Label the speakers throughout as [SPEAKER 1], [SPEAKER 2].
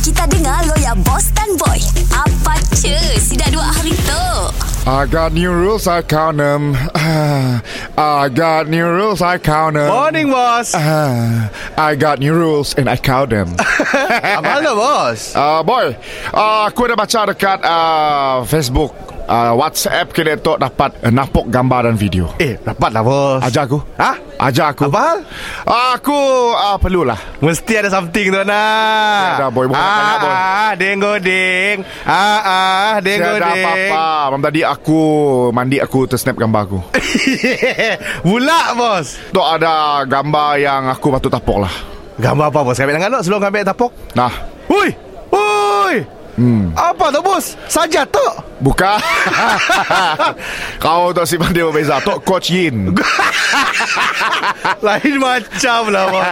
[SPEAKER 1] Kita dengar lo ya Boss dan Boy Apa cuy Si dah dua hari tu
[SPEAKER 2] I got new rules, I count them. I got new rules, I count them.
[SPEAKER 3] Morning, bos.
[SPEAKER 2] I got new rules and I count them.
[SPEAKER 3] Abang ke, bos?
[SPEAKER 2] uh, boy, uh, aku ada baca dekat uh, Facebook, uh, WhatsApp kena tu dapat uh, napok gambar dan video.
[SPEAKER 3] Eh, dapat lah, bos.
[SPEAKER 2] Ajar aku.
[SPEAKER 3] Ha?
[SPEAKER 2] Ajar aku.
[SPEAKER 3] Apa hal?
[SPEAKER 2] Uh, aku uh, perlulah.
[SPEAKER 3] Mesti ada something tu nak.
[SPEAKER 2] Tiada, boy. Bukan nak tanya, boy.
[SPEAKER 3] Ah, deng godeng. Ah, ah, deng
[SPEAKER 2] Tiada
[SPEAKER 3] godeng.
[SPEAKER 2] apa-apa. Mam tadi aku mandi aku tersnap gambar aku.
[SPEAKER 3] Eh. Bulak, bos.
[SPEAKER 2] Tu ada gambar yang aku patut tapok lah.
[SPEAKER 3] Gambar apa, bos? Kami nak lo sebelum kami tapok.
[SPEAKER 2] Nah,
[SPEAKER 3] Hui! Hui!
[SPEAKER 2] hmm,
[SPEAKER 3] Apa tu, bos? Saja tu.
[SPEAKER 2] buka. Kau tu si pandai berbeza. Tu Coach Yin.
[SPEAKER 3] Lain macam lah, bos.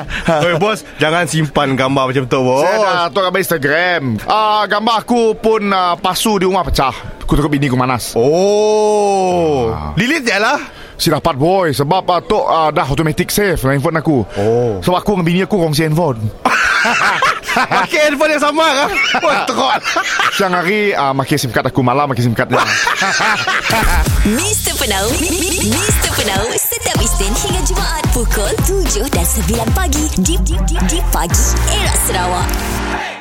[SPEAKER 3] Oi, bos, jangan simpan gambar macam tu, bos.
[SPEAKER 2] Saya dah tu gambar Oh, Instagram. Ah, gambar aku pun ah, pasu di rumah pecah. Aku tengok bini aku manas.
[SPEAKER 3] Oh. Delete je lah.
[SPEAKER 2] Si dapat boy sebab ah, tu ah, dah automatic save dengan handphone aku.
[SPEAKER 3] Oh.
[SPEAKER 2] Sebab aku dengan bini aku kongsi handphone.
[SPEAKER 3] Pakai handphone yang sama kan? Wah, teruk.
[SPEAKER 2] Siang hari ah, makin SIM card aku malam makin SIM card dia.
[SPEAKER 1] Mr. Penau Mr. Penau Setiap Isnin hingga Jumaat Pukul 7 dan 9 pagi Di, di, di, di pagi Era Sarawak